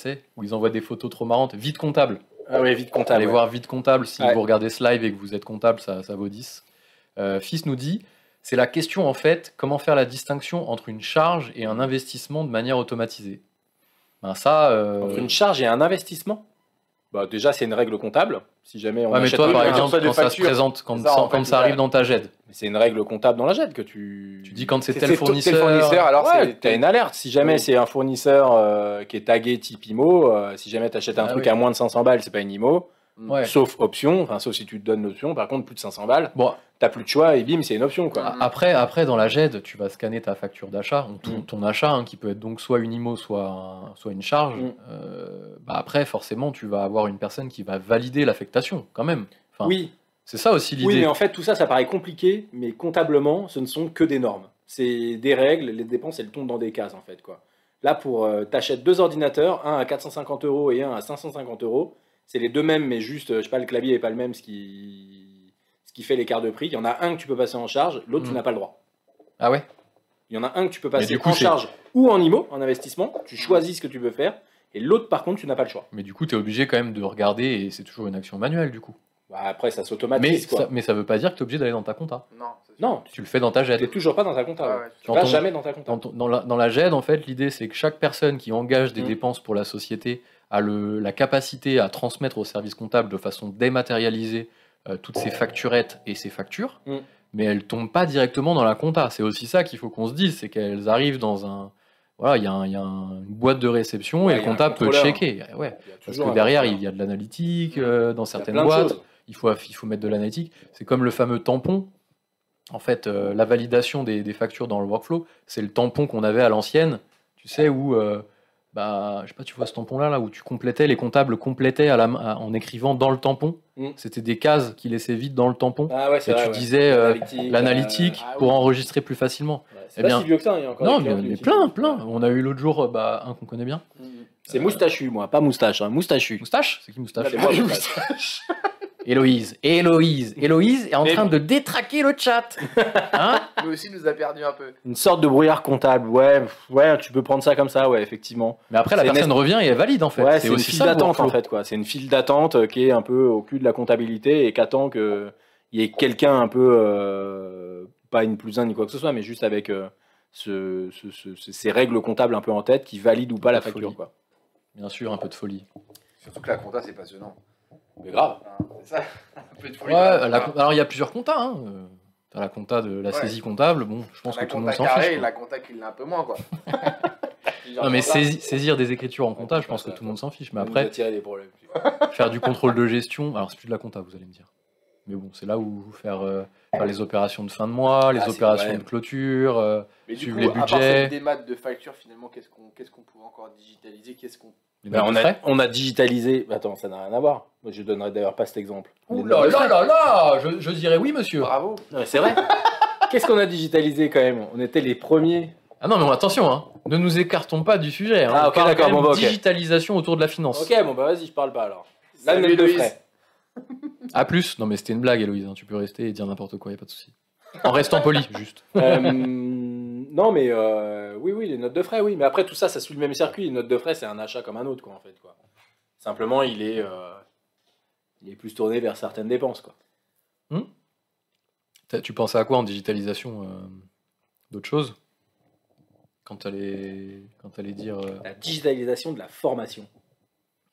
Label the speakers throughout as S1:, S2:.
S1: sais, où ils envoient des photos trop marrantes. Vite comptable.
S2: Ah ouais, vite comptable.
S1: Allez
S2: ouais.
S1: voir vite comptable si
S2: Ouais.
S1: vous regardez ce live et que vous êtes comptable, ça, ça vaut 10. Euh, Fils nous dit c'est la question en fait, comment faire la distinction entre une charge et un investissement de manière automatisée Ben ça. euh,
S2: Entre une charge et un investissement bah, Déjà, c'est une règle comptable. Si jamais on
S1: ouais, mais
S2: achète
S1: toi,
S2: un
S1: par
S2: truc,
S1: exemple,
S3: ça, des
S1: quand ça se
S3: factures.
S1: présente, quand
S3: C'est
S1: ça,
S3: ça, en
S1: quand
S3: fait,
S1: ça
S3: ouais.
S1: arrive dans ta GED,
S2: c'est une règle comptable dans la jette que tu.
S1: tu dis quand c'est
S3: C'est
S1: tel
S3: tel
S1: fournisseur.
S3: fournisseur, alors
S2: Ouais,
S3: c'est-
S2: t'as une alerte. Si jamais
S3: Oui.
S2: c'est un fournisseur euh, qui est tagué type IMO, euh, si jamais t'achètes un
S1: Ah
S2: truc
S1: oui.
S2: à moins de 500 balles, c'est pas une IMO,
S1: Ouais.
S2: sauf option, enfin sauf si tu te donnes l'option. Par contre, plus de 500 balles,
S1: Bon, Ah,
S2: t'as plus de choix et bim, c'est une option quoi.
S1: A- Après, après, dans la GED, tu vas scanner ta facture d'achat, donc ton,
S2: Mm.
S1: ton achat, hein, qui peut être donc soit une IMO, soit, un- soit une charge.
S2: Mm.
S1: euh, bah après, forcément, tu vas avoir une personne qui va valider l'affectation, quand même. Enfin,
S2: oui,
S1: C'est ça aussi l'idée.
S2: oui, mais en fait, tout ça, ça paraît compliqué, mais comptablement, ce ne sont que des normes. C'est des règles, les dépenses, elles tombent dans des cases en fait quoi. Là, pour euh, t'achètes deux ordinateurs, un à 450 euros et un à 550 euros, c'est les deux mêmes, mais juste, euh, je sais pas, le clavier est pas le même, ce qui, ce qui fait l'écart de prix. Il y en a un que tu peux passer en charge, l'autre,
S1: Mm.
S2: tu n'as pas le droit.
S1: Ah ouais
S2: Il y en a un que tu peux passer
S1: du coup,
S2: en
S1: c'est-
S2: charge ou en IMO, en investissement. Tu choisis ce que tu veux faire. Et l'autre, par contre, tu n'as pas le choix.
S1: Mais du coup, tu es obligé quand même de regarder, et c'est toujours une action manuelle, du coup.
S2: Bah, après, ça
S1: Mais
S2: s'automatise, quoi.
S1: ça, mais ça veut pas dire que tu es obligé d'aller dans ta compta.
S3: Non. c'est sûr.
S2: Non,
S1: Tu le fais dans ta E
S2: tu n'es
S1: GED.
S2: toujours pas dans ta compta.
S3: Ah
S2: ouais.
S3: ouais,
S2: Tu
S1: Dans
S2: vas
S1: ton-
S2: jamais dans ta compta.
S1: Dans, ton- dans la, dans la GED, en fait, l'idée, c'est que chaque personne qui engage des
S2: Mm.
S1: dépenses pour la société a le, la capacité à transmettre au service comptable de façon dématérialisée euh, toutes ses facturettes et ses factures,
S2: Mm.
S1: mais elles tombent pas directement dans la compta. C'est aussi ça qu'il faut qu'on se dise, c'est qu'elles arrivent dans un... Voilà, il y a, un- il y a un- une boîte de réception
S2: Ouais,
S1: et
S2: il
S1: le
S2: y a un
S1: comptable peut
S2: contrôleur.
S1: checker. Ouais,
S2: Il y a
S1: parce
S2: toujours
S1: que
S2: un hein.
S1: derrière,
S2: contrôleur. Mm.
S1: il y a de l'analytique euh, dans
S2: Il y a
S1: certaines
S2: plein de
S1: boîtes
S2: choses.
S1: il faut, il faut mettre de l'analytique. C'est comme le fameux tampon. En fait, euh, la validation des, des factures dans le workflow, c'est le tampon qu'on avait à l'ancienne, tu sais, où, euh, bah, je sais pas, tu vois ce tampon-là, là, où tu complétais, les comptables complétaient à la, main- à- en écrivant dans le tampon.
S2: Mm.
S1: C'était des cases qui laissaient vide dans le tampon.
S2: Ah ouais,
S1: et
S2: c'est vrai,
S1: tu
S2: ouais.
S1: disais euh,
S2: L'analytique,
S1: l'analytique
S3: euh, ah
S1: pour
S3: oui.
S1: enregistrer plus facilement.
S2: euh, ouais. C'est
S1: Eh
S2: pas
S1: bien-
S2: si vieux que ça, il y a encore
S1: non,
S2: des
S1: mais,
S2: clients qui
S1: mais
S2: l'utilisent.
S1: plein, plein. On a eu l'autre jour, euh, bah, un qu'on connaît bien.
S2: C'est moustachu, moi, pas moustache. hein. Moustachu.
S1: Moustache C'est qui Moustache
S2: Là, les moustaches.
S1: Héloïse, Héloïse, Héloïse est en
S2: Mais-
S1: train de détraquer le chat. Hein
S3: Nous aussi, nous a perdu un peu.
S2: Une sorte de brouillard comptable. Ouais, pff, ouais, tu peux prendre ça comme ça, ouais, effectivement.
S1: Mais après, la
S2: C'est
S1: personne revient et elle valide en fait.
S2: Ouais, c'est une file
S1: le
S2: d'attente en
S1: workflow.
S2: fait quoi. C'est une file d'attente euh, qui est un peu au cul de la comptabilité et qui attend que il y ait quelqu'un un peu euh, pas une plus un ni quoi que ce soit, mais juste avec euh, ce- ce- ce- ce- ces règles comptables un peu en tête qui valide ou pas la
S1: Folie.
S2: facture quoi.
S1: Bien sûr, un peu de folie.
S3: Surtout que la compta, c'est passionnant.
S2: Mais grave.
S3: Hein, C'est ça. Un peu de folie.
S1: Ouais,
S3: Voilà.
S1: la com- alors il y a plusieurs comptas. Hein. euh, t'as la compta de la
S3: Ouais.
S1: saisie comptable, bon, je pense
S3: la
S1: que tout le monde
S3: compta
S1: s'en
S3: carré,
S1: fiche. quoi.
S3: la compta qui l'a un peu moins, quoi.
S1: Non, mais saisi- saisir des écritures en compta, je pense que tout le monde s'en fiche. Mais après,
S2: tirer des problèmes.
S1: faire du contrôle de gestion, alors c'est plus de la compta, vous allez me dire. Mais bon, c'est là où faire, euh, faire les opérations de fin de mois, les
S2: Ah, c'est
S1: opérations
S2: vrai.
S1: de clôture. euh,
S3: Mais du
S1: Suivre
S3: coup,
S1: les
S3: à part
S1: budgets.
S3: cette démat de facture, finalement, qu'est-ce qu'on qu'est-ce qu'on pouvait encore digitaliser Qu'est-ce qu'on
S1: les
S2: Ben,
S1: notes
S2: on,
S1: de
S2: a,
S1: Eh frais.
S2: on a digitalisé. Attends, ça n'a rien à voir. Moi, Je donnerai d'ailleurs pas cet exemple.
S1: Ouh
S2: Les
S1: là
S2: notes de
S1: Oh là
S2: frais.
S1: là là je, je dirais oui, monsieur.
S3: Bravo.
S2: Non, mais C'est vrai. Qu'est-ce qu'on a digitalisé quand même On était les premiers.
S1: Ah non, mais attention, hein, ne nous écartons pas du sujet. hein.
S2: Ah,
S1: On
S2: ok,
S1: parle
S2: d'accord,
S1: quand même
S2: bon, bah, ok.
S1: digitalisation autour de la finance.
S2: Ok, bon bah vas-y, je parle pas alors. La
S3: Salut,
S2: note de
S3: Héloïse.
S2: frais.
S1: A plus. Non, mais c'était une blague, Héloïse. hein. Tu peux rester et dire n'importe quoi, y a pas de souci. En restant poli, juste.
S2: Euh, non, mais euh, oui, oui, les notes de frais, oui. Mais après, tout ça, ça suit le même circuit. Les notes de frais, c'est un achat comme un autre, quoi, en fait. Quoi. Simplement, il est, euh, il est plus tourné vers certaines dépenses, quoi.
S1: T'as- Tu pensais à quoi en digitalisation euh, D'autres choses Quand t'allais quand t'allais dire. euh,
S2: La digitalisation de la formation.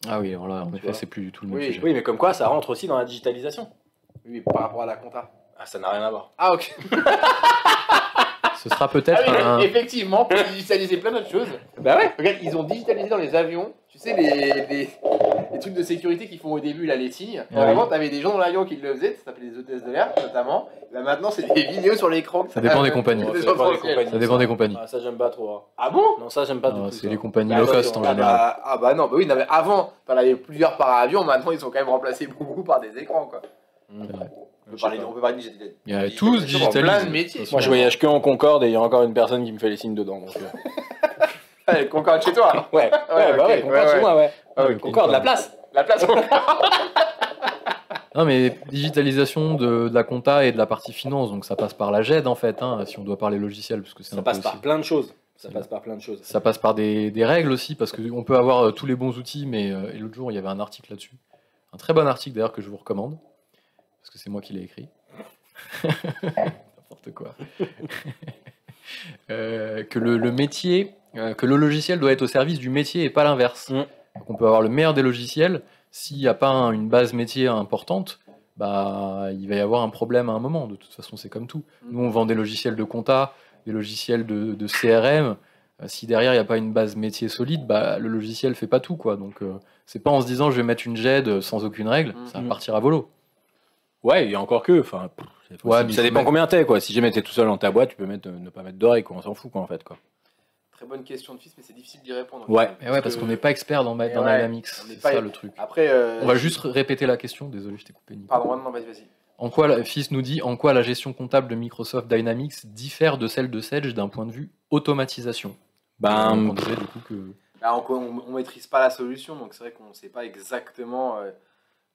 S1: Ah oui, alors là, en
S2: Tu
S1: effet,
S2: vois.
S1: c'est plus du tout le même
S3: Oui,
S1: sujet.
S2: Oui, mais comme quoi, ça rentre aussi dans la digitalisation.
S3: Oui, mais par rapport à la compta.
S2: Ah, ça n'a rien à voir.
S3: Ah, ok.
S1: Ce sera
S3: Ah
S1: peut-être
S3: oui,
S1: un.
S3: Effectivement, pour digitaliser plein d'autres choses.
S2: Bah ouais.
S3: Regarde, ils ont digitalisé dans les avions, tu sais, les, les- les trucs de sécurité qu'ils font au début, là, les signes.
S1: Ouais.
S3: Avant, t'avais des gens dans l'avion qui le faisaient, ça s'appelait les hôtesses de l'air, notamment. Là, maintenant, c'est des vidéos sur l'écran.
S1: Ça dépend des
S3: Ah,
S1: compagnies.
S3: des
S2: Ça dépend des
S3: essentiels.
S2: compagnies.
S1: Ça dépend des compagnies.
S2: Ah, ça j'aime pas trop. hein.
S3: Ah bon
S2: Non, ça j'aime pas
S1: Ah,
S2: du tout.
S1: c'est
S2: ça.
S1: les compagnies
S2: Bah,
S1: low
S2: ouais,
S1: cost
S2: ouais,
S1: en
S2: ouais,
S3: ah
S1: général.
S3: bah, ah bah non, bah oui, non, mais avant, t'en avais plusieurs par avion, maintenant ils ont quand même remplacé beaucoup par des écrans quoi.
S2: Mmh.
S1: C'est vrai.
S3: On peut,
S2: Je sais
S3: parler,
S2: pas.
S3: on peut parler de digitalisation.
S1: Il y a tous
S3: Digitalisation dans plein
S1: digitalisés.
S3: de métiers.
S2: Moi, je voyage que en Concorde et il y a encore une personne qui me fait les signes dedans. donc, euh.
S3: Ah, Concorde chez toi alors.
S2: Ouais, ouais, bah
S3: ok,
S2: ouais, Concorde
S3: ouais,
S2: chez moi, ouais.
S3: Ah oui,
S1: Ok.
S2: Concorde, la place.
S3: La place Concorde.
S1: Non, mais digitalisation de, de la compta et de la partie finance, donc ça passe par la GED en fait, hein, si on doit parler logiciel, parce que c'est
S2: Ça
S1: un
S2: passe
S1: peu aussi-
S2: par plein de choses.
S4: Ça passe par plein de choses.
S1: Ça passe par des, des règles aussi, parce qu'on peut avoir euh, tous les bons outils, mais euh, et l'autre jour, il y avait un article là-dessus. Un très bon article d'ailleurs que je vous recommande, parce que c'est moi qui l'ai écrit. N'importe quoi. Euh, que le, le métier, euh, que le logiciel doit être au service du métier et pas l'inverse.
S4: Mm.
S1: Donc on peut avoir le meilleur des logiciels, s'il n'y a pas un- une base métier importante, bah, il va y avoir un problème à un moment. De toute façon, c'est comme tout.
S3: Mm.
S1: Nous, on vend des logiciels de compta, des logiciels de, de CRM. Euh, Si derrière il n'y a pas une base métier solide, bah, le logiciel fait pas tout quoi. Donc euh, c'est pas en se disant je vais mettre une GED sans aucune règle, ça va
S4: Mhm.
S1: partir à volo.
S2: Ouais, il y a encore que. Enfin, pff, c'est
S1: Ouais,
S2: possible.
S1: mais
S2: ça
S1: il faut
S2: dépend
S1: mettre-
S2: combien t'es, quoi. Si jamais t'es tout seul dans ta boîte, tu peux mettre, euh, ne pas mettre d'oreille, quoi. On s'en fout, quoi, en fait, quoi.
S3: Très bonne question de fils, mais c'est difficile d'y répondre.
S2: Ouais.
S1: Et ouais, parce qu'on n'est pas expert dans, ma-
S3: Et
S1: dans
S3: Eh ouais,
S1: Dynamics,
S3: on n'est
S1: c'est
S3: pas-
S1: ça le truc.
S3: Après, euh,
S1: On va juste répéter la question. Désolé, je t'ai coupé. Nico.
S3: Pardon, non, vas-y, vas-y.
S1: En quoi, la- Fils nous dit en quoi la gestion comptable de Microsoft Dynamics diffère de celle de Sage d'un point de vue automatisation.
S2: Ben,
S1: on disait du coup que
S3: Là, Bah, on, on, on maîtrise pas la solution, donc c'est vrai qu'on ne sait pas exactement euh,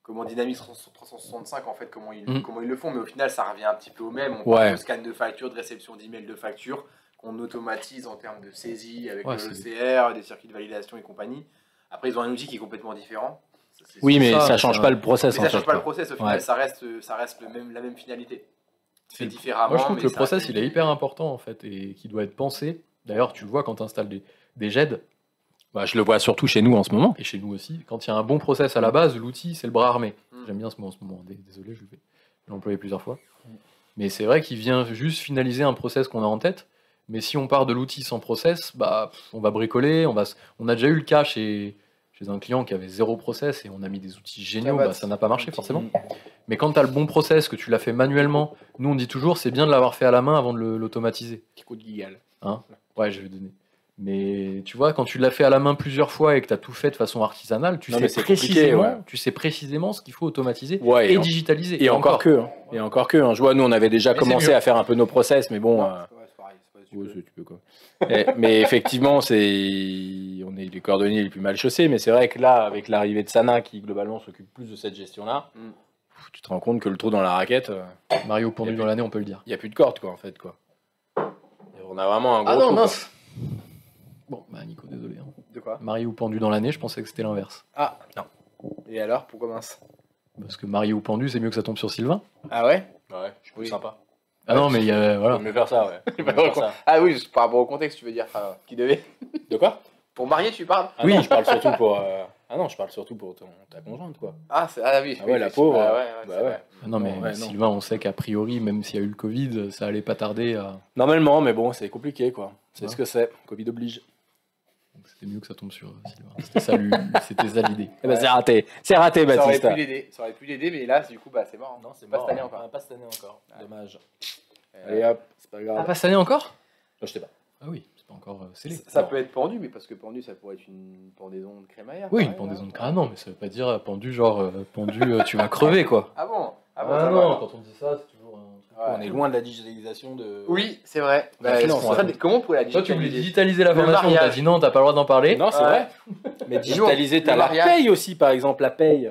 S3: comment Dynamics 365 en fait comment ils
S1: Mm.
S3: comment ils le font, mais au final ça revient un petit peu au même. On
S2: Ouais.
S3: parle de scan de facture, de réception d'email de facture, qu'on automatise en termes de saisie avec
S1: Ouais,
S3: le
S1: c'est-
S3: CR, des circuits de validation et compagnie. Après ils ont un outil qui est complètement différent. Ça, c'est-
S2: oui, mais
S1: ça,
S2: ça,
S1: c'est
S2: change
S1: un-
S2: pas le process,
S3: mais
S2: en
S3: ça
S2: fait,
S3: change pas le
S2: quoi.
S3: process. Au final
S2: Ouais.
S3: ça reste euh, ça reste le même la même finalité.
S1: C'est-
S3: C'est différemment.
S1: Moi, je trouve
S3: Ah,
S1: que
S3: mais
S1: le
S3: ça reste
S1: process, il est
S3: une-
S1: hyper important, en fait, et qui doit être pensé. D'ailleurs, tu le vois quand tu installes des, des GED,
S2: Bah, je le vois surtout chez nous en ce moment.
S1: et chez nous aussi, quand il y a un bon process à la base, l'outil, c'est le bras armé.
S3: Mm.
S1: J'aime bien ce mot en ce moment. Dé- Désolé, je vais l'employer plusieurs fois. Mais c'est vrai qu'il vient juste finaliser un process qu'on a en tête. Mais si on part de l'outil sans process, bah, pff, on va bricoler. On, va s- on a déjà eu le cas chez, chez un client qui avait zéro process et on a mis des outils géniaux.
S3: va,
S1: bah, ça n'a pas marché
S3: outil.
S1: forcément. Mais quand tu as le bon process, que tu l'as fait manuellement, nous on dit toujours c'est bien de l'avoir fait à la main avant de le- l'automatiser.
S4: Petit coup de guigale.
S1: Ouais, je vais donner. Mais tu vois, quand tu l'as fait à la main plusieurs fois et que tu as tout fait de façon artisanale, tu,
S2: Non, mais
S1: sais,
S2: c'est compliqué,
S1: précisément,
S2: ouais.
S1: tu sais précisément ce qu'il faut automatiser
S2: Ouais,
S1: et,
S2: et, en-
S1: digitaliser.
S2: et encore que. hein. Et encore que. hein. Je vois, nous, on avait déjà
S1: Mais c'est
S2: commencé
S1: mieux.
S2: à faire un peu nos process, mais bon.
S3: Non,
S2: euh,
S3: c'est pas- c'est pareil, c'est pas- tu
S2: Ouais,
S3: peux-
S2: ça, tu peux, quoi. Eh, mais effectivement, c'est on est les coordonnées les plus mal chaussés, mais c'est vrai que là, avec l'arrivée de Sana, qui globalement s'occupe plus de cette gestion-là,
S3: Mm.
S2: pff, tu te rends compte que le trou dans la raquette, euh,
S1: Mario Pondu
S2: Et
S1: dans
S2: puis-
S1: l'année, on peut le dire.
S2: il n'y a plus de corde, quoi, en fait, quoi. Et on a vraiment un gros. trou,
S1: Bon, bah Nico, désolé. hein.
S3: De quoi
S1: Mario Pendu dans l'année, je pensais que c'était l'inverse.
S3: Ah
S2: Non.
S3: Et alors pourquoi mince
S1: Parce que Mario Pendu, c'est mieux que ça tombe sur Sylvain.
S3: Ah ouais
S2: quoi. Ouais, je trouve
S3: Oui.
S2: sympa.
S1: Ah non, mais il y a-
S2: Faut
S1: voilà.
S2: mieux faire ça, ouais. Faut mieux faire ça.
S3: Ah oui, juste par rapport au contexte, tu veux dire, enfin, qui devait.
S2: De quoi
S3: Pour marier, tu parles
S2: ah, oui, je parle surtout pour. euh, Ah non, je parle surtout pour ton- ta conjointe, quoi.
S3: Ah, c'est- ah oui.
S2: Ah
S3: oui,
S2: ouais, la
S3: effectivement.
S2: pauvre.
S3: Ah ouais, ouais,
S2: Bah
S3: c'est
S2: ouais.
S3: vrai.
S1: Ah Non, mais
S2: Non, ouais, non.
S1: Sylvain, on sait qu'a priori, même s'il y a eu le Covid, ça allait pas tarder à.
S2: Normalement, mais bon, c'est compliqué, quoi. C'est
S1: Ouais.
S2: ce que c'est. Covid oblige.
S1: Donc, C'était mieux que ça tombe sur euh, Sylvain. C'était ça, lui- c'était ça l'idée.
S2: Eh ben, c'est raté. C'est
S3: Ça
S2: raté,
S3: aurait
S2: Baptiste.
S3: pu l'aider, ça aurait pu l'aider, mais là, du coup, bah, c'est mort. hein.
S2: Non, c'est
S3: Pas
S2: mort.
S3: cette année encore.
S2: Ah, Pas cette année encore. Dommage.
S3: Euh,
S2: Allez hop, c'est pas grave.
S1: Ah, pas cette année encore
S2: Non, je sais pas.
S1: Ah oui, c'est pas encore euh, scellé.
S3: ça
S2: non.
S3: peut être pendu, mais parce que pendu, ça pourrait être une pendaison de crémaillère. hein.
S1: Oui,
S3: pareil,
S1: une pendaison
S3: là.
S1: de Ah non, mais ça veut pas dire euh, pendu, genre euh, pendu, euh, tu vas crever quoi.
S3: Ah bon Ah bon, ça va.
S1: quand on dit ça, c'est toujours un truc.
S3: Ouais.
S2: On est loin de la digitalisation de.
S3: Oui, c'est vrai.
S1: La
S3: Bah,
S1: finance,
S3: c'est pour ça,
S1: ouais.
S3: mais comment on pourrait la
S1: Toi, tu voulais
S3: digitaliser
S1: digitaliser la
S3: Le
S1: formation, t'as
S3: mariage.
S1: dit non, t'as pas le droit d'en parler.
S2: Non, c'est
S3: Ouais.
S2: vrai. Mais digitaliser, t'as
S3: Le
S2: la
S3: mariage.
S2: paye aussi, par exemple, la paye.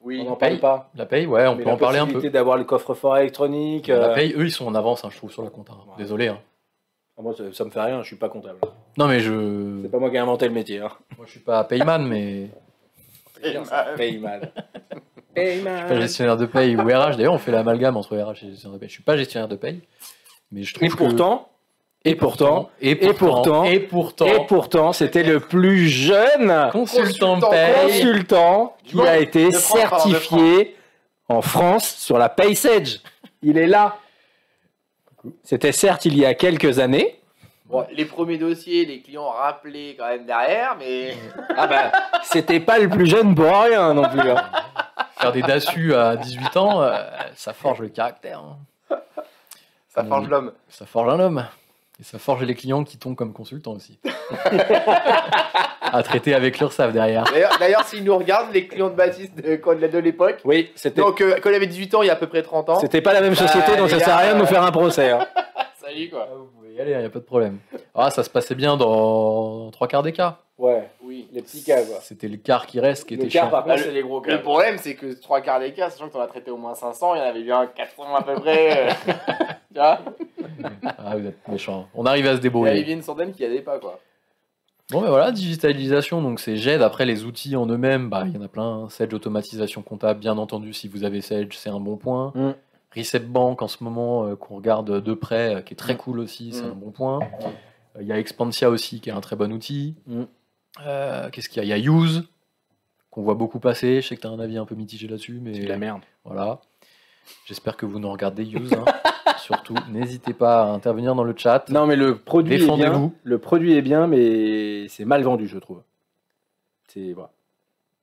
S3: Oui,
S2: On n'en
S1: paye.
S2: parle pas.
S1: La paye, ouais, on
S2: Mais
S1: peut
S2: la
S1: en parler un peu.
S2: possibilité d'avoir le coffre-fort électronique.
S1: La
S2: euh,
S1: paye, eux, ils sont en avance, hein, je trouve, sur la compta. hein.
S2: Ouais.
S1: Désolé. hein.
S2: Ah, Moi, ça, ça me fait rien, je suis pas comptable.
S1: Non, mais je.
S2: C'est pas moi qui ai inventé le métier. Hein.
S1: Moi, je suis pas payman, mais.
S2: Payman.
S1: Je suis pas gestionnaire de paye ou RH. D'ailleurs, on fait l'amalgame entre RH et gestionnaire de paye. Je suis pas gestionnaire de paye, mais je trouve
S2: Et pourtant,
S1: que...
S2: et pourtant,
S1: et
S2: et pourtant,
S1: et pourtant,
S2: et pourtant, c'était le plus jeune
S1: consultant
S3: Consultant
S2: Eh
S1: paye.
S2: consultant
S3: Du
S2: qui
S3: monde.
S2: a été
S3: De France, pardon, de
S2: certifié en hein, France sur la PaySage. Il est là. C'était certes il y a quelques années.
S3: Bon, les premiers dossiers, les clients rappelés quand même derrière, mais
S2: Ah bah, c'était pas le plus jeune pour rien non plus. hein.
S1: Faire des dassus à 18 ans, euh, ça forge le caractère. hein.
S3: ça
S1: Mm.
S3: forge l'homme.
S1: Ça forge un homme. Et ça forge les clients qui tombent comme consultants aussi. à traiter avec l'URSSAF derrière.
S3: D'ailleurs, d'ailleurs, s'ils nous regardent, les clients de Baptiste de, quand- de l'époque,
S2: Oui, c'était
S3: donc euh, quand il avait 18 ans, il y a à peu près 30 ans.
S2: c'était pas la même société,
S3: Bah,
S2: donc ça
S3: les
S2: sert à
S3: gars,
S2: rien de nous
S3: euh,
S2: faire un procès. hein.
S3: Salut quoi.
S1: hein, vous pouvez y aller, il n'y a pas de problème. Ah, ça se passait bien dans trois quarts des cas.
S2: Ouais.
S3: Oui, Oui.
S4: les petits cas, quoi.
S1: C'était le quart qui reste qui
S4: bah. Le
S1: était
S4: quart,
S1: chiant. Ah,
S4: par contre,
S3: le-
S4: c'est les gros cas.
S3: Le problème, c'est que trois quarts des cas, sachant que t'en as traité au moins 500, il y en avait bien 400 à peu près. euh, tu vois
S1: Ah, vous êtes méchant. On arrive à se
S3: Il y avait
S1: débrouiller.
S3: bien une centaine qui n'y allait pas, quoi.
S1: Bon, ben voilà, digitalisation, donc c'est GED. Après, les outils en eux-mêmes, bah, il y en a plein. Sage, automatisation comptable, bien entendu, si vous avez Sage, c'est un bon point.
S2: Mm.
S1: Reset Bank, en ce moment, euh, qu'on regarde de près, euh, qui est très cool aussi, c'est
S3: Mm.
S1: un bon point. Euh, Il y a Expansia aussi, qui est un très bon outil.
S2: Mm.
S1: Euh, Qu'est-ce qu'il y a Il y a Use, qu'on voit beaucoup passer. Je sais que tu as un avis un peu mitigé là-dessus, mais...
S2: C'est de la merde.
S1: Voilà. J'espère que vous nous regardez, Use. hein. Surtout, n'hésitez pas à intervenir dans le chat.
S2: Non, mais le produit est bien.
S1: Défendez-vous.
S2: Le produit est bien, mais c'est mal vendu, je trouve. C'est voilà.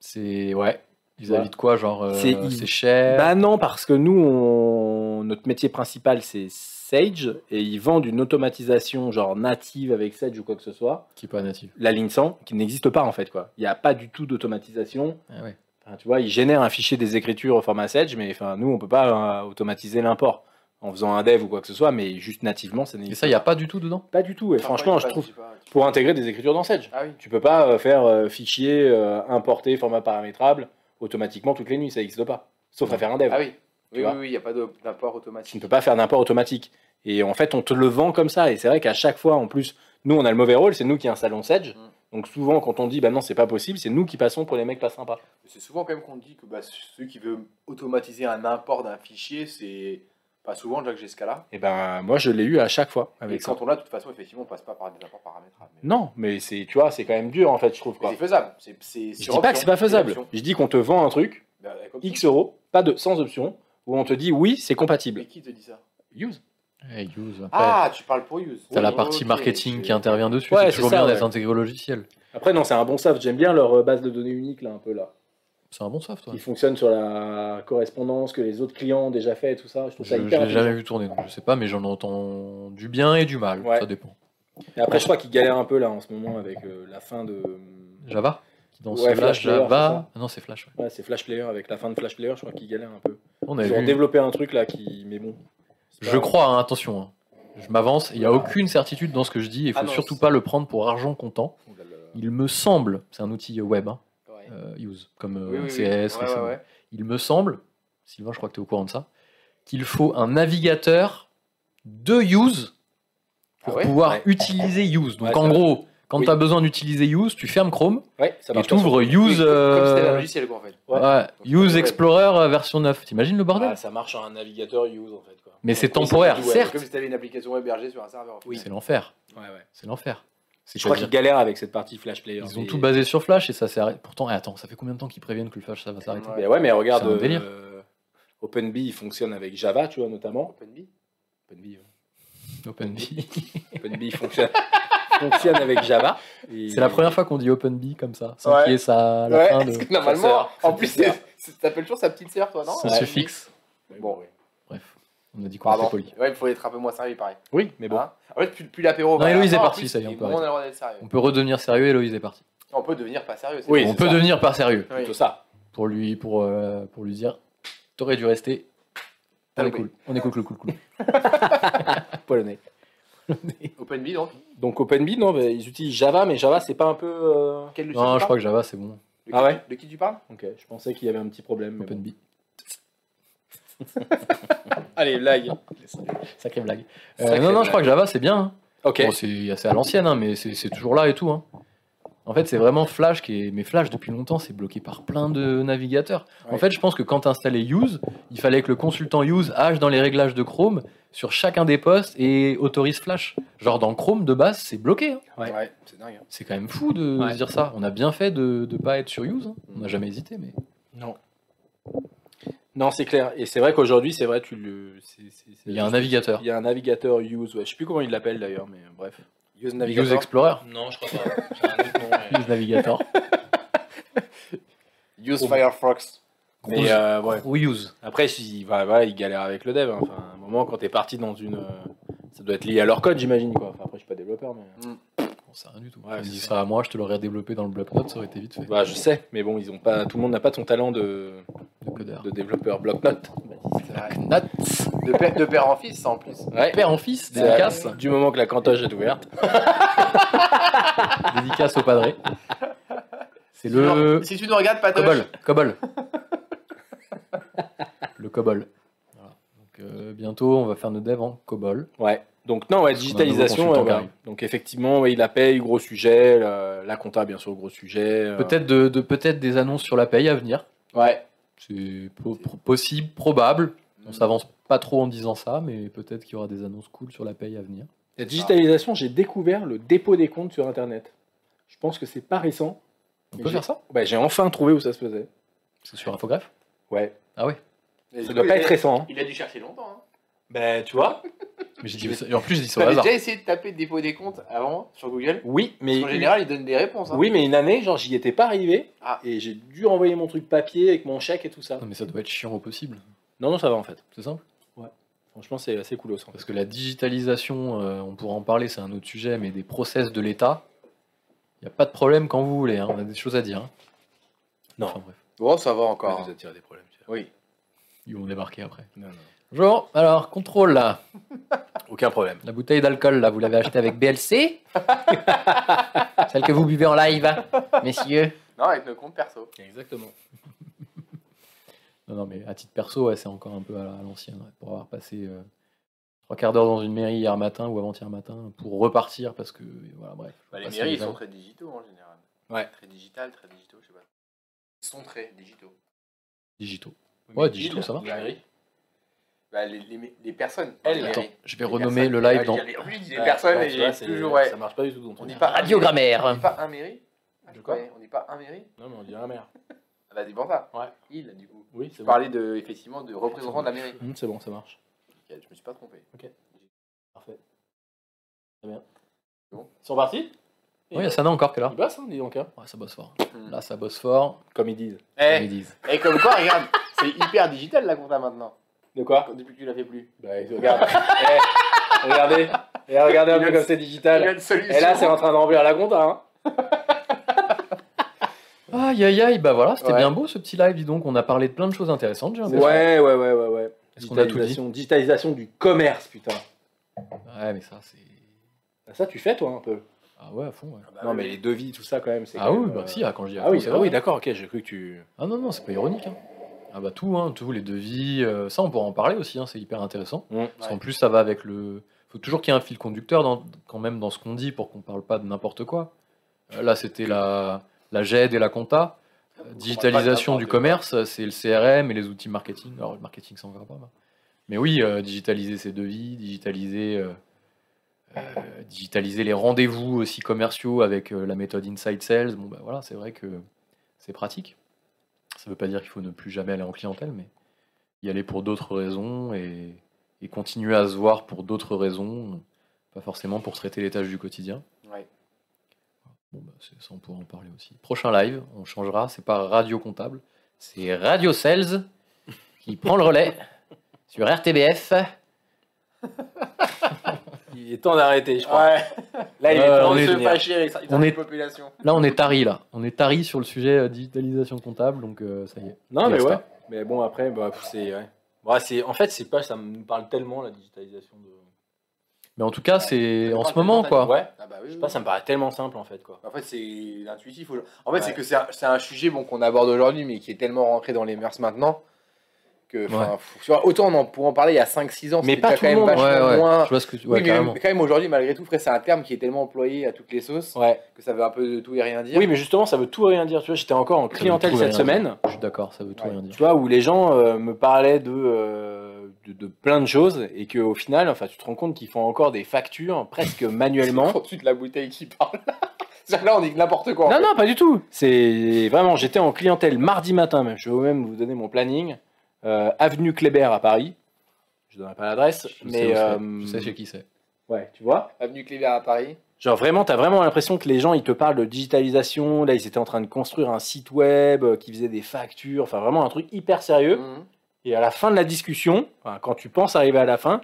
S1: C'est. Ouais. Vis-à-vis de quoi Genre, euh,
S2: C'est-
S1: c'est cher.
S2: Bah non, parce que nous, on- notre métier principal, c'est Sage, et ils vendent une automatisation genre native avec Sage ou quoi que ce soit,
S1: qui est pas natif.
S2: la ligne 100, qui n'existe pas en fait, quoi. Il n'y a pas du tout d'automatisation.
S1: Ah ouais.
S2: Enfin, tu vois, ils génèrent un fichier des écritures au format Sage, mais enfin, nous, on peut pas euh, automatiser l'import en faisant un dev ou quoi que ce soit, mais juste nativement, ça
S1: Et
S2: n'existe
S1: ça, il n'y a pas du tout dedans
S2: pas du tout. Et franchement, je trouve, pour intégrer des écritures dans Sage,
S3: Ah oui.
S2: tu peux pas euh, faire euh, fichier euh, importer format paramétrable automatiquement toutes les nuits, ça n'existe pas. Sauf à faire un dev.
S3: Ah oui.
S2: Tu
S3: Oui,
S2: vois
S3: oui, oui, il n'y a pas de- d'import
S2: tu ne
S3: automatique.
S2: peux pas faire d'import automatique. Et en fait, on te le vend comme ça. Et c'est vrai qu'à chaque fois, en plus, nous, on a le mauvais rôle, c'est nous qui installons Sedge.
S3: Mm.
S2: Donc souvent, quand on dit, bah non, c'est pas possible, c'est nous qui passons pour les mecs pas sympas.
S3: C'est souvent quand même qu'on dit que bah, ceux qui veulent automatiser un import d'un fichier, c'est pas souvent déjà que j'ai ce cas-là.
S2: Et ben, moi, je l'ai eu à chaque fois
S3: Et
S2: avec Ah ça.
S3: quand on l'a, de toute façon, effectivement, on passe pas par des imports paramétrables. mais-
S2: Non, mais c'est, tu vois, c'est quand même dur, en fait, je trouve.
S3: Mais
S2: Quoi.
S3: c'est faisable. C'est, c'est
S2: Je
S3: sur
S2: dis pas
S3: option,
S2: que c'est pas
S3: c'est
S2: faisable.
S3: option.
S2: Je dis qu'on te vend un truc,
S3: Bah, avec option.
S2: X euros, pas de, sans option, où on te dit, oui, c'est compatible.
S3: Mais qui te dit ça
S2: Use.
S1: Eh, Use. Après,
S3: Ah, tu parles pour Use.
S1: t'as la
S3: Oui,
S1: partie
S3: ok,
S1: marketing
S3: j'ai-
S1: qui intervient dessus.
S2: Ouais,
S1: c'est
S2: c'est
S1: toujours
S2: ça,
S1: bien d'être
S2: ouais.
S1: intégré au logiciel.
S2: Après, non, c'est un bon SAF. J'aime bien leur euh, base de données unique, là, un peu, là.
S1: C'est un bon soft, toi.
S2: Qui fonctionne sur la correspondance que les autres clients ont déjà fait et tout ça. Je trouve
S1: Je,
S2: ça
S1: je
S2: hyper
S1: l'ai
S2: intelligent.
S1: jamais vu tourner, donc je sais pas, mais j'en entends du bien et du mal.
S2: Ouais.
S1: Ça dépend.
S2: Et après, je crois qu'il galère un peu là en ce moment avec euh, la fin de.
S1: Java qui dans
S2: Ouais,
S1: ce là,
S2: Flash Player,
S1: Java. Ah non, c'est Flash. ouais.
S2: Ouais, c'est Flash Player, avec la fin de Flash Player, je crois qu'il galère un peu.
S1: On a
S2: Ils ont
S1: vu.
S2: développé un truc là qui. Mais bon. c'est pas-
S1: Je crois, hein, attention. hein. Je m'avance, il n'y a aucune certitude dans ce que je dis, il faut
S3: Ah non,
S1: surtout
S3: c'est-
S1: pas le prendre pour argent comptant.
S3: Ouh là là.
S1: Il me semble, c'est un outil web, hein,
S3: Ouais.
S1: euh, use, comme euh,
S3: Oui, oui, oui.
S1: CS.
S3: Ouais,
S1: etc.
S3: ouais, ouais.
S1: Il me semble, Sylvain, je crois que tu es au courant de ça, qu'il faut un navigateur de use pour
S3: Ah ouais
S1: pouvoir
S2: Ouais.
S1: utiliser use. Donc
S2: Ouais,
S1: en
S2: c'est
S1: gros, quand
S2: Oui.
S1: tu as besoin d'utiliser use, tu fermes Chrome
S2: Ouais, ça
S1: et
S2: marche.
S1: tu ouvres
S3: Oui,
S1: use,
S3: comme- Comme c'était un
S1: euh,
S3: logiciel, quoi, en fait.
S2: ouais.
S1: ouais, use
S3: Ouais.
S1: Explorer euh, version 9. T'imagines le bordel
S2: Ah, ça marche sur un navigateur use en fait. Quoi.
S1: Mais c'est
S3: Oui,
S1: temporaire,
S3: c'est du web,
S1: certes.
S3: Comme si t'avais une application hébergée sur un serveur.
S1: C'est l'enfer.
S2: Ouais, ouais.
S1: C'est l'enfer.
S2: Je crois qu'ils galèrent avec cette partie Flash Player.
S1: Ils ont
S2: mais-
S1: tout basé sur Flash et ça s'est arrêté. Pourtant, eh, attends, ça fait combien de temps qu'ils préviennent que le Flash ça va s'arrêter
S2: Mais ouais, mais regarde.
S1: C'est un délire.
S2: euh, OpenBee il fonctionne avec Java, tu vois, notamment.
S3: OpenBee
S2: OpenBee, ouais.
S1: OpenBee.
S2: OpenBee fonctionne, fonctionne avec Java. Et-
S1: C'est la première fois qu'on dit OpenBee comme ça, sans
S3: Ouais.
S1: qu'il y ait ça à la fin
S3: Ouais,
S1: de
S3: parce que normalement,
S2: sœur.
S3: en plus,
S2: Sa sœur.
S3: c'est- c'est- t'appelles toujours sa petite sœur, toi, non
S1: son
S2: Ouais.
S1: suffixe.
S3: Bon,
S1: Bref, on a dit qu'on était
S3: pardon.
S1: Ah, poli.
S3: Ouais, il faut être un peu moins sérieux, pareil.
S2: Oui, mais bon.
S3: Hein en fait, plus, plus l'apéro.
S1: Non,
S3: va-
S1: Héloïse est
S3: en
S1: partie,
S3: plus,
S1: ça y est, on peut
S3: On a
S1: arrêter.
S3: le droit d'être sérieux.
S1: On peut redevenir sérieux, Héloïse est partie.
S3: On peut devenir pas sérieux. c'est
S2: Oui,
S3: bon.
S1: on peut devenir pas sérieux
S3: Oui.
S2: Plutôt ça.
S1: pour lui, pour, euh, pour lui dire t'aurais dû rester. On est cool, on est cool, cool, cool, cool.
S2: Polonais.
S3: OpenBee, donc.
S2: Donc OpenBee, non, bah, ils utilisent Java, mais Java, c'est pas un peu. euh,
S3: Quel logiciel
S1: Non,
S3: tu
S1: je crois
S3: parles
S1: que Java c'est bon,
S3: De qui-
S2: Ah ouais
S3: De qui tu parles
S2: Ok, je pensais qu'il y avait un petit problème. mais bon.
S1: OpenBee.
S2: Allez, blague.
S1: Sacrée blague. Euh,
S2: Sacrée
S1: non, non,
S2: blague.
S1: je crois que Java c'est bien. hein.
S2: Ok.
S1: Bon, c'est assez à l'ancienne, hein, mais c'est c'est toujours là et tout. hein. En fait, c'est vraiment Flash qui est. Mais Flash, depuis longtemps, c'est bloqué par plein de navigateurs. En
S2: Ouais.
S1: fait, je pense que quand tu installais Use, il fallait que le consultant Use hache dans les réglages de Chrome sur chacun des postes et autorise Flash. Genre dans Chrome, de base, c'est bloqué. hein.
S2: Ouais.
S3: c'est dingue. hein.
S1: C'est quand même fou de
S2: Ouais.
S1: se dire ça. On a bien fait de ne pas être sur Use. hein. On n'a jamais hésité, mais.
S2: Non. Non, c'est clair. Et c'est vrai qu'aujourd'hui, c'est vrai, tu le. c'est- c'est- c'est-
S1: Il y a un navigateur.
S2: Il y a un navigateur use. Ouais. Je sais plus comment il l'appelle d'ailleurs, mais euh, bref.
S3: Use
S1: Use
S3: Navigator.
S1: Explorer.
S2: Non, je crois pas.
S1: Use Navigator.
S3: Use Firefox.
S2: mais euh, ouais.
S1: Ou Use.
S2: Après, si, bah, voilà, ils galèrent avec le dev. hein. Enfin, à un moment, quand t'es parti dans une. euh, Ça doit être lié à leur code, j'imagine. quoi. Enfin, après, je suis pas développeur, mais. euh,
S1: Bon, c'est rien du tout.
S2: Ouais,
S1: Tu me
S2: c'est
S1: dis
S2: ça.
S1: ça à moi, je te l'aurais développé dans le bloc notes, ça aurait été vite fait.
S2: Bah, je sais, mais bon, ils ont pas. Tout le monde n'a pas ton talent de,
S1: Le codeur.
S2: de développeur bloc-notes.
S3: C'est vrai.
S1: Notes.
S3: Ah, De père, de père en fils, ça, en plus.
S1: Père
S2: Ouais.
S1: Eh ben, en fils,
S2: C'est
S1: dédicace.
S2: Du moment que la cantoche est ouverte.
S1: Dédicace au padré. C'est le
S3: Si tu nous regardes, Patoche,
S1: COBOL. COBOL. le COBOL. Voilà. Donc, euh, bientôt, on va faire nos devs en COBOL.
S2: Ouais. Donc non,
S1: Parce qu'on a
S2: ouais,
S1: un
S2: digitalisation.
S1: nouveau consultant
S2: ouais,
S1: qui
S2: ouais.
S1: arrive.
S2: Donc effectivement, ouais, la paye, gros sujet, la, la compta, bien sûr, gros sujet. euh,
S1: Peut-être de, de- peut-être des annonces sur la paye à venir.
S2: Ouais.
S1: C'est po- pro- possible, probable. On s'avance pas trop en disant ça, mais peut-être qu'il y aura des annonces cool sur la paye à venir.
S2: La digitalisation, j'ai découvert le dépôt des comptes sur Internet. Je pense que c'est pas récent.
S1: On
S2: Mais
S1: peut
S2: j'ai-
S1: faire ça
S2: Bah, j'ai enfin trouvé où ça se faisait.
S1: C'est sur Infogreffe
S3: Et
S2: Ouais. Ça
S3: du
S2: doit
S3: coup,
S2: pas
S3: il
S2: être
S3: a-
S2: récent. hein.
S3: Il a dû chercher longtemps. Hein.
S2: Bah, tu vois.
S1: mais j'ai dit ça- et En plus, je dis ça au
S3: T'avais
S1: hasard.
S3: déjà essayé de taper dépôt des comptes avant sur Google
S2: Oui, mais
S3: En général, ils donnent des réponses. hein.
S2: Oui, mais une année, genre, j'y étais pas arrivé.
S3: Ah.
S2: Et j'ai dû renvoyer mon truc papier avec mon chèque et tout ça.
S1: Non, mais ça doit être chiant au possible.
S2: Non, non, ça va en fait.
S1: C'est simple.
S2: Franchement, c'est assez cool au sens.
S1: Parce que la digitalisation, euh, on pourra en parler, c'est un autre sujet, mais des process de l'État, il n'y a pas de problème quand vous voulez. hein, On a des choses à dire. hein.
S2: Non.
S1: Enfin, bref.
S3: Bon, ça va encore. hein.
S2: des problèmes.
S3: Oui.
S1: Ils vont débarquer après.
S2: Non, non.
S1: Genre, alors, contrôle là.
S2: Aucun problème.
S1: La bouteille d'alcool, là, vous l'avez achetée avec BLC Celle que vous buvez en live, messieurs
S3: Non, avec nos comptes perso.
S2: Exactement.
S1: Non, non, mais à titre perso, ouais, c'est encore un peu à à l'ancienne. ouais, pour avoir passé euh, trois quarts d'heure dans une mairie hier matin ou avant-hier matin pour repartir parce que, voilà, bref.
S3: Bah, les
S1: Passer
S3: mairies,
S1: les
S3: ils sont
S1: gens.
S3: très digitaux en général.
S2: Ouais.
S3: Très digital, très digitaux, je sais pas. Ils sont très digitaux.
S1: Digitaux.
S3: Oui,
S1: Ouais,
S3: mais
S1: digitaux,
S3: ils,
S1: ça va.
S3: les mairies. Bah, les, les- les personnes. Elles,
S1: Attends, je vais
S3: les
S1: renommer
S3: personnes.
S1: le
S3: Ah,
S1: live
S3: je
S1: dans
S3: dis les- Oui, je dis les personnes et j'ai toujours. Ouais.
S2: Ça marche pas du tout. dans ton
S3: On dit
S2: truc.
S3: pas.
S1: Radio
S3: On
S1: Grammaire.
S3: dit pas un mairie Ah, je
S2: quoi
S3: croyais, On dit pas un mairie
S2: Non, mais on dit la mère.
S3: Ah, Bah, des bandas.
S2: Ouais.
S3: Il, du coup.
S2: Oui, c'est
S3: Je
S2: bon.
S3: parlais de, effectivement de représentants de la mairie.
S2: Hum, c'est bon, ça marche.
S3: Ok, je me suis pas trompé.
S2: Parfait. Très bien.
S3: Bon.
S2: Ils sont partis
S1: Oui, il y a Sana encore qui est là.
S2: Ils bossent, hein, dis donc. hein.
S1: Ouais, ça bosse fort.
S3: Hmm.
S1: Là, ça bosse fort.
S2: Comme ils disent.
S1: Comme ils
S3: Eh,
S1: disent.
S3: et comme quoi, regarde, c'est hyper digital la compta maintenant.
S2: De quoi
S3: Depuis que tu la fais plus.
S2: Bah, regarde. Eh, regardez. Eh, regardez un
S3: Il
S2: peu
S3: a-
S2: comme c'est digital.
S3: Il y a une solution.
S2: Et là, c'est en train de remplir la compta. Hein.
S1: Aïe, aïe, aïe. Bah voilà, c'était
S2: Ouais.
S1: bien beau ce petit live, dis donc. On a parlé de plein de choses intéressantes, j'ai l'impression.
S2: Ouais, ouais, ouais, ouais, ouais.
S1: Est-ce qu'on a tout dit
S2: Digitalisation- Digitalisation du commerce, putain.
S1: Ouais, mais ça, c'est.
S2: Ah, Ça, tu fais, toi, un peu.
S1: Ah ouais, à fond, ouais.
S3: Ah, bah,
S2: non, mais
S3: oui.
S2: les devis, tout ça, quand même. c'est
S1: Ah
S2: quand
S1: oui,
S2: même,
S1: bah
S2: euh,
S1: si, ah, quand je dis à
S2: Ah
S1: fond,
S2: oui,
S1: c'est
S2: ah
S1: vrai.
S2: oui d'accord, ok, j'ai cru que tu.
S1: Ah non, non, c'est pas ironique. hein. Ah bah tout, hein, tous les devis, euh, ça on pourra en parler aussi, hein, c'est hyper intéressant.
S2: Hum.
S1: Parce qu'en plus ça va avec le... faut toujours qu'il y ait un fil conducteur dans- quand même dans ce qu'on dit pour qu'on parle pas de n'importe quoi. Euh, là c'était la, la GED et la compta. Euh, digitalisation du commerce, euh, c'est le CRM et les outils marketing. Alors le marketing ça on verra pas. bah. Mais oui, euh, digitaliser ses devis, digitaliser... euh, euh, digitaliser les rendez-vous aussi commerciaux avec euh, la méthode Inside Sales, bon bah voilà, c'est vrai que c'est pratique. Ça veut pas dire qu'il faut ne plus jamais aller en clientèle, mais y aller pour d'autres raisons et, et continuer à se voir pour d'autres raisons, pas forcément pour traiter les tâches du quotidien.
S3: Ouais.
S1: Bon, bah, c'est- ça, on pourra en parler aussi. Prochain live, on changera, c'est pas Radio Comptable, c'est Radio Sales qui prend le relais sur RTBF.
S2: Il est temps d'arrêter, je crois.
S3: Ouais.
S2: Là, il
S1: Ouais,
S2: est temps
S1: on
S2: de
S1: est
S2: se
S3: se
S1: génial.
S2: fâcher.
S3: fâcher avec sa-
S1: On
S3: sa
S1: est-
S3: population.
S1: Là, on est tari là, on est tari sur le sujet euh, digitalisation comptable, donc euh, ça y est.
S2: Non, mais
S1: Basta.
S2: ouais. Mais bon, après, bah, pff, c'est. ouais. Bah, c'est- en fait, c'est pas, ça me parle tellement la digitalisation de.
S1: Mais en tout cas, c'est
S3: Ça
S1: en
S3: dépend
S1: ce
S3: de
S1: moment
S3: tes
S1: quoi.
S2: Ouais.
S3: Ah bah oui,
S2: Je sais
S3: oui.
S2: pas, ça me paraît tellement simple en fait quoi.
S3: En fait, c'est intuitif. aujourd'hui. En fait,
S2: Ouais.
S3: c'est que c'est un, c'est un sujet bon, qu'on aborde aujourd'hui, mais qui est tellement rentré dans les mœurs maintenant que, enfin, faut- tu vois, autant on en, pour en parler il y a 5-6 ans,
S2: Mais
S3: c'était
S2: pas
S3: déjà
S2: tout le
S3: quand même
S2: monde.
S1: Ouais,
S3: vachement
S1: ouais,
S3: moins.
S1: Je vois ce que tu.
S3: Oui,
S1: Ouais,
S3: mais-
S1: carrément.
S3: mais quand même aujourd'hui, malgré tout, frère, c'est un terme qui est tellement employé à toutes les sauces
S2: Ouais.
S3: que ça veut un peu de tout et rien dire.
S2: Oui, mais justement, ça veut tout et rien dire. Tu vois, j'étais encore en
S1: veut
S2: clientèle
S1: tout et
S2: cette
S1: rien dire.
S2: semaine.
S1: Je suis d'accord, ça veut tout
S3: Ouais.
S1: rien
S2: Tu
S1: dire.
S2: vois, où les gens euh, me parlaient de, euh, de, de plein de choses et qu'au final, enfin, tu te rends compte qu'ils font encore des factures presque manuellement.
S3: Ensuite, la bouteille qui parle. C'est-à-dire Là, on dit n'importe quoi. en
S2: Non,
S3: fait.
S2: non, pas du tout. C'est vraiment, j'étais en clientèle mardi matin même. Je vais même vous donner mon planning. Euh, Avenue Kléber à Paris. Je donnerai pas l'adresse,
S1: Je sais
S2: mais
S1: où c'est,
S2: euh,
S1: je sais chez qui c'est.
S2: ouais, tu vois.
S3: Avenue Cléber à Paris.
S2: Genre vraiment, t'as vraiment l'impression que les gens, ils te parlent de digitalisation. Là, ils étaient en train de construire un site web euh, qui faisait des factures. Enfin, vraiment un truc hyper sérieux.
S3: Mhm.
S2: Et à la fin de la discussion, enfin, quand tu penses arriver à la fin,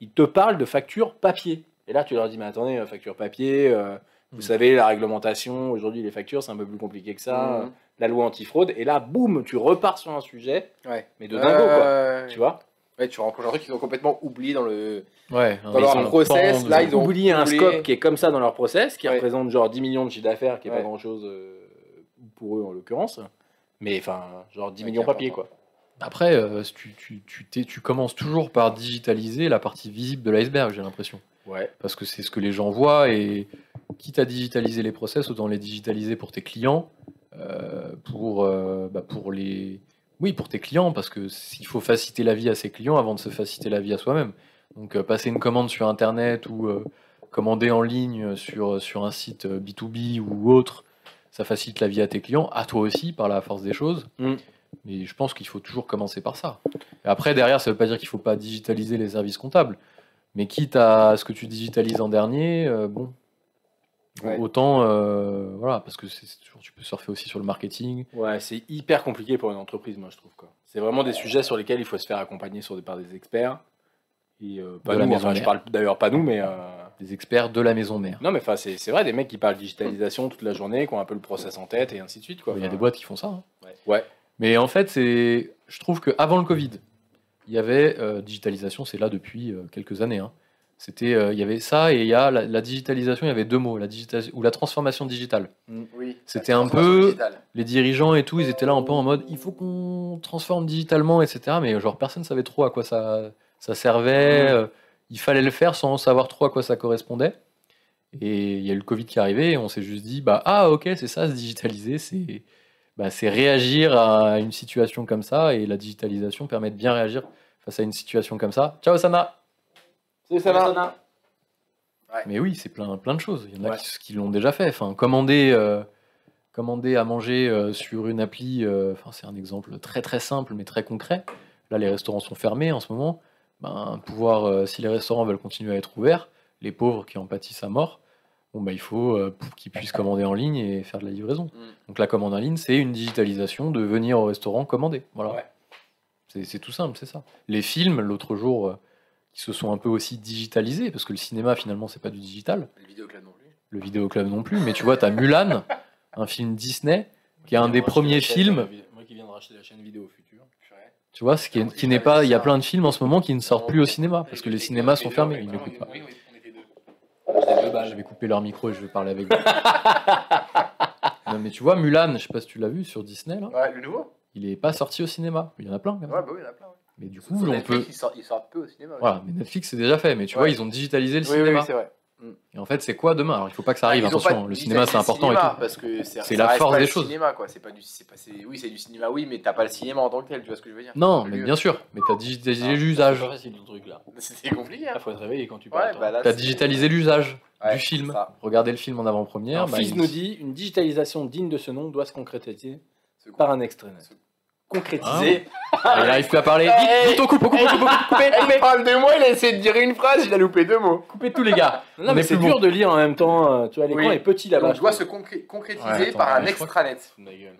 S2: ils te parlent de facture papier. Et là, tu leur dis, mais attendez, euh, facture papier, euh, vous
S1: Mm.
S2: savez, la réglementation, aujourd'hui, les factures, c'est un peu plus compliqué que ça. euh,
S3: Mhm.
S2: La loi antifraude. Et là, boum, tu repars sur un sujet,
S1: euh,
S3: Ouais.
S2: mais de dingo, quoi.
S3: Euh,
S2: Tu vois
S3: Ouais, tu rencontres un truc qu'ils ont complètement oublié dans le.
S1: Ouais,
S3: Dans leur process, là, ils ont
S2: oublié un
S3: oublié-
S2: scope qui est comme ça dans leur process, qui
S3: Ouais.
S2: représente genre 10 millions de chiffre d'affaires, qui est
S3: Ouais.
S2: pas grand-chose euh, pour eux en l'occurrence, mais enfin, genre 10
S3: Ouais,
S2: millions papier
S3: clairement,
S2: quoi.
S1: Après, euh, tu, tu, tu, t'es- tu commences toujours par digitaliser la partie visible de l'iceberg, j'ai l'impression.
S2: Ouais.
S1: Parce que c'est ce que les gens voient et quitte à digitaliser les process, autant les digitaliser pour tes clients, euh, pour, euh, bah, pour les. Oui, pour tes clients, parce que s'il faut faciliter la vie à ses clients avant de se faciliter la vie à soi-même. Donc, euh, passer une commande sur Internet ou euh, commander en ligne sur, sur un site euh, B2B ou autre, ça facilite la vie à tes clients, à toi aussi, par la force des choses.
S2: Mm.
S1: Mais je pense qu'il faut toujours commencer par ça. Et après, derrière, ça ne veut pas dire qu'il ne faut pas digitaliser les services comptables. Mais quitte à ce que tu digitalises en dernier, euh, bon.
S3: Ouais.
S1: Autant, euh, voilà, parce que c'est c'est toujours, tu peux surfer aussi sur le marketing.
S2: Ouais, c'est hyper compliqué pour une entreprise, moi je trouve quoi. C'est vraiment des sujets sur lesquels il faut se faire accompagner sur des, par des experts. Et, euh, pas
S1: De la
S2: nous,
S1: maison
S3: hein,
S2: enfin, je
S1: mère.
S2: parle d'ailleurs pas nous, mais euh,
S1: des experts de la maison mère.
S2: non, mais enfin c'est c'est vrai des mecs qui parlent digitalisation toute la journée, qui ont un peu le process en tête et ainsi de suite quoi.
S1: Il y a des
S2: Enfin,
S1: boîtes qui font ça. hein.
S2: Ouais.
S1: Mais en fait, c'est, je trouve que avant le Covid, il y avait euh, digitalisation, c'est là depuis euh, quelques années. hein. C'était, euh, il y avait ça et il y a la, la digitalisation. Il y avait deux mots, la digitalisation ou la transformation digitale.
S3: Oui.
S1: Mmh. C'était un
S3: Transformation
S1: peu-
S3: digitale.
S1: Les dirigeants et tout, ils étaient là un peu en mode, il faut qu'on transforme digitalement, etc. Mais genre personne savait trop à quoi ça, ça servait. euh, il fallait le faire sans savoir trop à quoi ça correspondait. Et il y a eu le Covid qui est arrivé et on s'est juste dit, bah ah ok, c'est ça, se digitaliser, c'est bah, c'est réagir à une situation comme ça. Et la digitalisation permet de bien réagir face à une situation comme ça. Ciao Sana
S3: C'est ça là.
S1: Mais oui, c'est plein, plein de choses. Il y en a
S2: Ouais.
S1: qui, qui l'ont déjà fait. Enfin, commander, euh, commander à manger euh, sur une appli, euh, enfin, c'est un exemple très très simple mais très concret. Là, les restaurants sont fermés en ce moment. Ben, pouvoir, euh, si les restaurants veulent continuer à être ouverts, les pauvres qui en pâtissent à mort, bon, ben, il faut euh, pour qu'ils puissent commander en ligne et faire de la livraison.
S3: Mm.
S1: Donc la commande en ligne, c'est une digitalisation de venir au restaurant commander. Voilà.
S2: Ouais.
S1: C'est- C'est tout simple, c'est ça. Les films, l'autre jour, euh, qui se sont un peu aussi digitalisés, parce que le cinéma, finalement, c'est pas du digital
S3: Le vidéoclub non plus.
S1: le vidéoclub non plus, mais tu vois, t'as Mulan, un film Disney, qui est un des premiers films,
S2: Moi qui viens de racheter la chaîne vidéo future.
S3: Purée.
S1: tu vois, ce qui, est- qui n'est pas. Il y a plein de films en ce moment qui ne sortent plus au cinéma, parce que les cinémas sont fermés, ils n'écoutent pas.
S3: Oui, oui, on était deux.
S1: Je vais couper leur micro et je vais parler avec eux. Non, mais tu vois, Mulan, je sais pas si tu l'as vu sur Disney, là,
S3: Ouais, le nouveau
S1: il est pas sorti au cinéma. Il y en a plein, quand même.
S3: Ouais, bah oui, il y en a plein. ouais.
S1: Mais du
S3: Sur
S1: coup, on
S3: Netflix,
S1: peut.
S3: Ils sortent, ils sortent peu au cinéma. ouais.
S1: Voilà, mais Netflix, c'est déjà fait, mais tu
S3: Ouais.
S1: vois, ils ont digitalisé le
S3: Oui, oui,
S1: cinéma.
S3: oui, c'est vrai.
S1: et en fait, c'est quoi demain Alors, il faut pas que ça arrive,
S3: Ils ont pas
S1: Ah, attention, le cinéma, c'est
S3: digitalisé
S1: important
S3: cinéma,
S1: et tout.
S3: Parce que c'est
S1: C'est
S3: ça
S1: la
S3: reste
S1: force
S3: pas
S1: des
S3: le
S1: choses.
S3: Cinéma, quoi. C'est pas du, c'est pas, c'est- oui, c'est du cinéma, oui, mais t'as pas le cinéma en tant que tel, tu vois ce que je veux dire
S1: Non,
S3: Bah, Le
S1: mais
S3: lieu.
S1: bien sûr, mais t'as digitalisé
S2: Ah,
S1: l'usage.
S2: C'est pas facile le truc là.
S3: C'était compliqué. Hein.
S2: Là, faut être réveillé quand tu parles. hein.
S3: Ouais,
S2: toi.
S3: bah là,
S1: Ah, T'as
S3: c'est-
S1: digitalisé l'usage
S3: Ouais,
S1: du film.
S3: c'est ça.
S1: Regardez le film en avant-première.
S3: Ah,
S2: Alors,
S1: bah,
S2: Fils
S1: il-
S2: nous dit une digitalisation digne de ce nom doit se concrétiser
S3: Ce con-
S2: par un extrait. net.
S3: Concrétisé.
S1: Ah, il arrive plus à parler.
S3: Hey.
S1: Vite, vite, on coupe, on coupe, on coupe, on coupe, coupez,
S3: Eh, Il parle de moi, il a essayé de dire une phrase, il a loupé deux mots.
S1: coupez tous les gars.
S3: Ah.
S2: Non,
S1: On
S2: mais
S1: est
S2: c'est
S1: plus
S2: dur de lire en même temps. euh, Tu vois, l'écran
S3: Oui.
S2: est petit là-bas.
S3: Donc,
S2: je
S3: doit
S2: trouve.
S3: se concré- concrétiser
S1: Ouais, attends,
S3: par un
S1: mais je crois que-
S3: extranet.
S2: Ma gueule.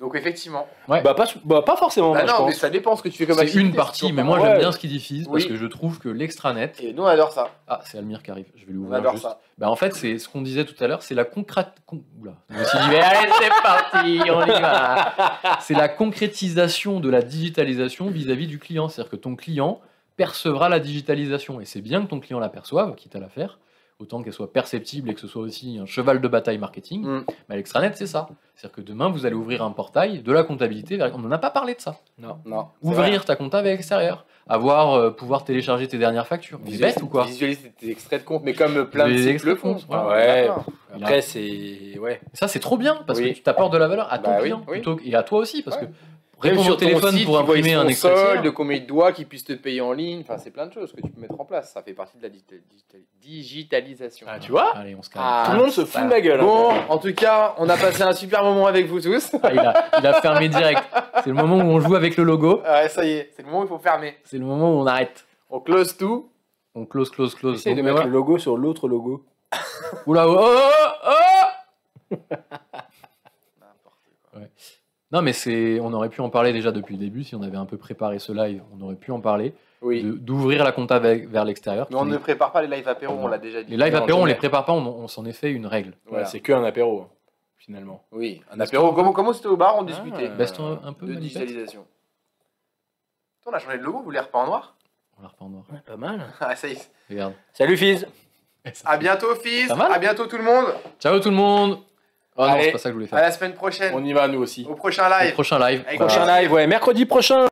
S3: Donc, effectivement.
S2: Bah pas, bah, pas forcément.
S3: Bah
S2: moi, je
S3: non, mais
S2: pense.
S3: ça dépend ce que tu fais comme
S1: C'est
S3: activité,
S1: une partie,
S3: toujours
S1: mais
S3: pas-
S1: moi
S2: ouais.
S1: j'aime bien ce qu'ils diffusent parce
S3: Oui.
S1: que je trouve que l'extranet.
S3: Et nous, on adore ça.
S1: Ah, c'est Almir qui arrive. Je vais
S3: On
S1: l'ouvrir
S3: adore
S1: juste.
S3: ça.
S1: Bah, en fait, c'est ce qu'on disait tout à l'heure, c'est la concrète. Oula. Je me suis dit, mais allez, c'est parti, on y va. C'est la concrétisation de la digitalisation vis-à-vis du client. C'est-à-dire que ton client percevra la digitalisation. Et c'est bien que ton client la perçoive, quitte à la faire, autant qu'elle soit perceptible et que ce soit aussi un cheval de bataille marketing.
S3: Mm.
S1: Mais l'extranet, c'est ça. C'est-à-dire que demain, vous allez ouvrir un portail de la comptabilité. vers- On n'en a pas parlé de ça.
S3: Non. c'est vrai.
S1: Ouvrir ta compta avec l'extérieur. Avoir, euh, pouvoir télécharger tes dernières factures. Mais
S3: Visualiser-
S1: bête ou quoi
S3: Visualiser tes extraits de compte, mais comme plein de
S1: Les
S3: sites
S1: extraits
S3: le
S1: de
S3: font.
S1: compte, voilà.
S2: Ouais.
S1: Il a-
S2: Après c'est ouais.
S1: Ça, c'est trop bien parce
S3: Oui.
S1: que tu t'apportes de la valeur à ton
S3: Bah oui,
S1: client
S3: oui.
S1: plutôt que- et à toi aussi parce
S3: Ouais.
S1: que répondre au téléphone pour imprimer un extrait. de serre,
S3: de combien il te doit, qui puisse te payer en ligne. Enfin, c'est plein de choses que tu peux mettre en place. Ça fait partie de la digita- digita- digitalisation.
S2: Ah, tu vois
S1: Allez, on se calme.
S3: Ah,
S2: Tout le monde se fout de ma gueule. hein.
S3: Bon, en tout cas, on a passé un super moment avec vous tous.
S1: Ah, il, a, il a fermé direct. C'est le moment où on joue avec le logo.
S3: Ah Ouais, ça y est, c'est le moment où il faut fermer.
S1: C'est le moment où on arrête.
S3: On close tout.
S1: On close, close, close.
S2: Essaye de
S1: Donc,
S2: mettre
S1: voilà.
S2: le logo sur l'autre logo.
S1: Oula, oh, oh, oh non, mais c'est, on aurait pu en parler déjà depuis le début si on avait un peu préparé ce live. On aurait pu en parler
S3: Oui.
S1: de- d'ouvrir la compta ve- vers l'extérieur.
S3: Mais on
S1: qui-
S3: ne prépare pas les live apéro, on l'a déjà
S1: Les
S3: dit.
S1: lives
S2: Non,
S1: apéro, on
S2: jamais.
S1: les prépare pas. On, on s'en est fait une règle.
S3: Voilà.
S2: Ouais, c'est que un apéro hein, finalement.
S3: Oui, un apéro. Comment, comment c'était au bar, on discutait
S2: Euh,
S1: Baisse-toi Ah, un peu.
S3: de
S1: Manipette.
S3: digitalisation. On a changé de logo, vous voulez repas en noir
S1: On la reprend en noir.
S2: pas mal.
S3: Ah, ça y est.
S1: Regarde.
S2: Salut Fizz.
S3: À bientôt, fils.
S1: Ça va, là
S3: À bientôt, tout le monde.
S1: Ciao tout le monde.
S3: Ah non,
S1: Allez.
S3: c'est pas ça que je voulais
S1: À
S3: faire.
S1: la semaine prochaine.
S2: On y va, nous aussi.
S1: Au prochain
S3: Le
S1: live.
S3: prochain live.
S1: Avec
S3: bah,
S2: Prochain live, ouais, mercredi prochain.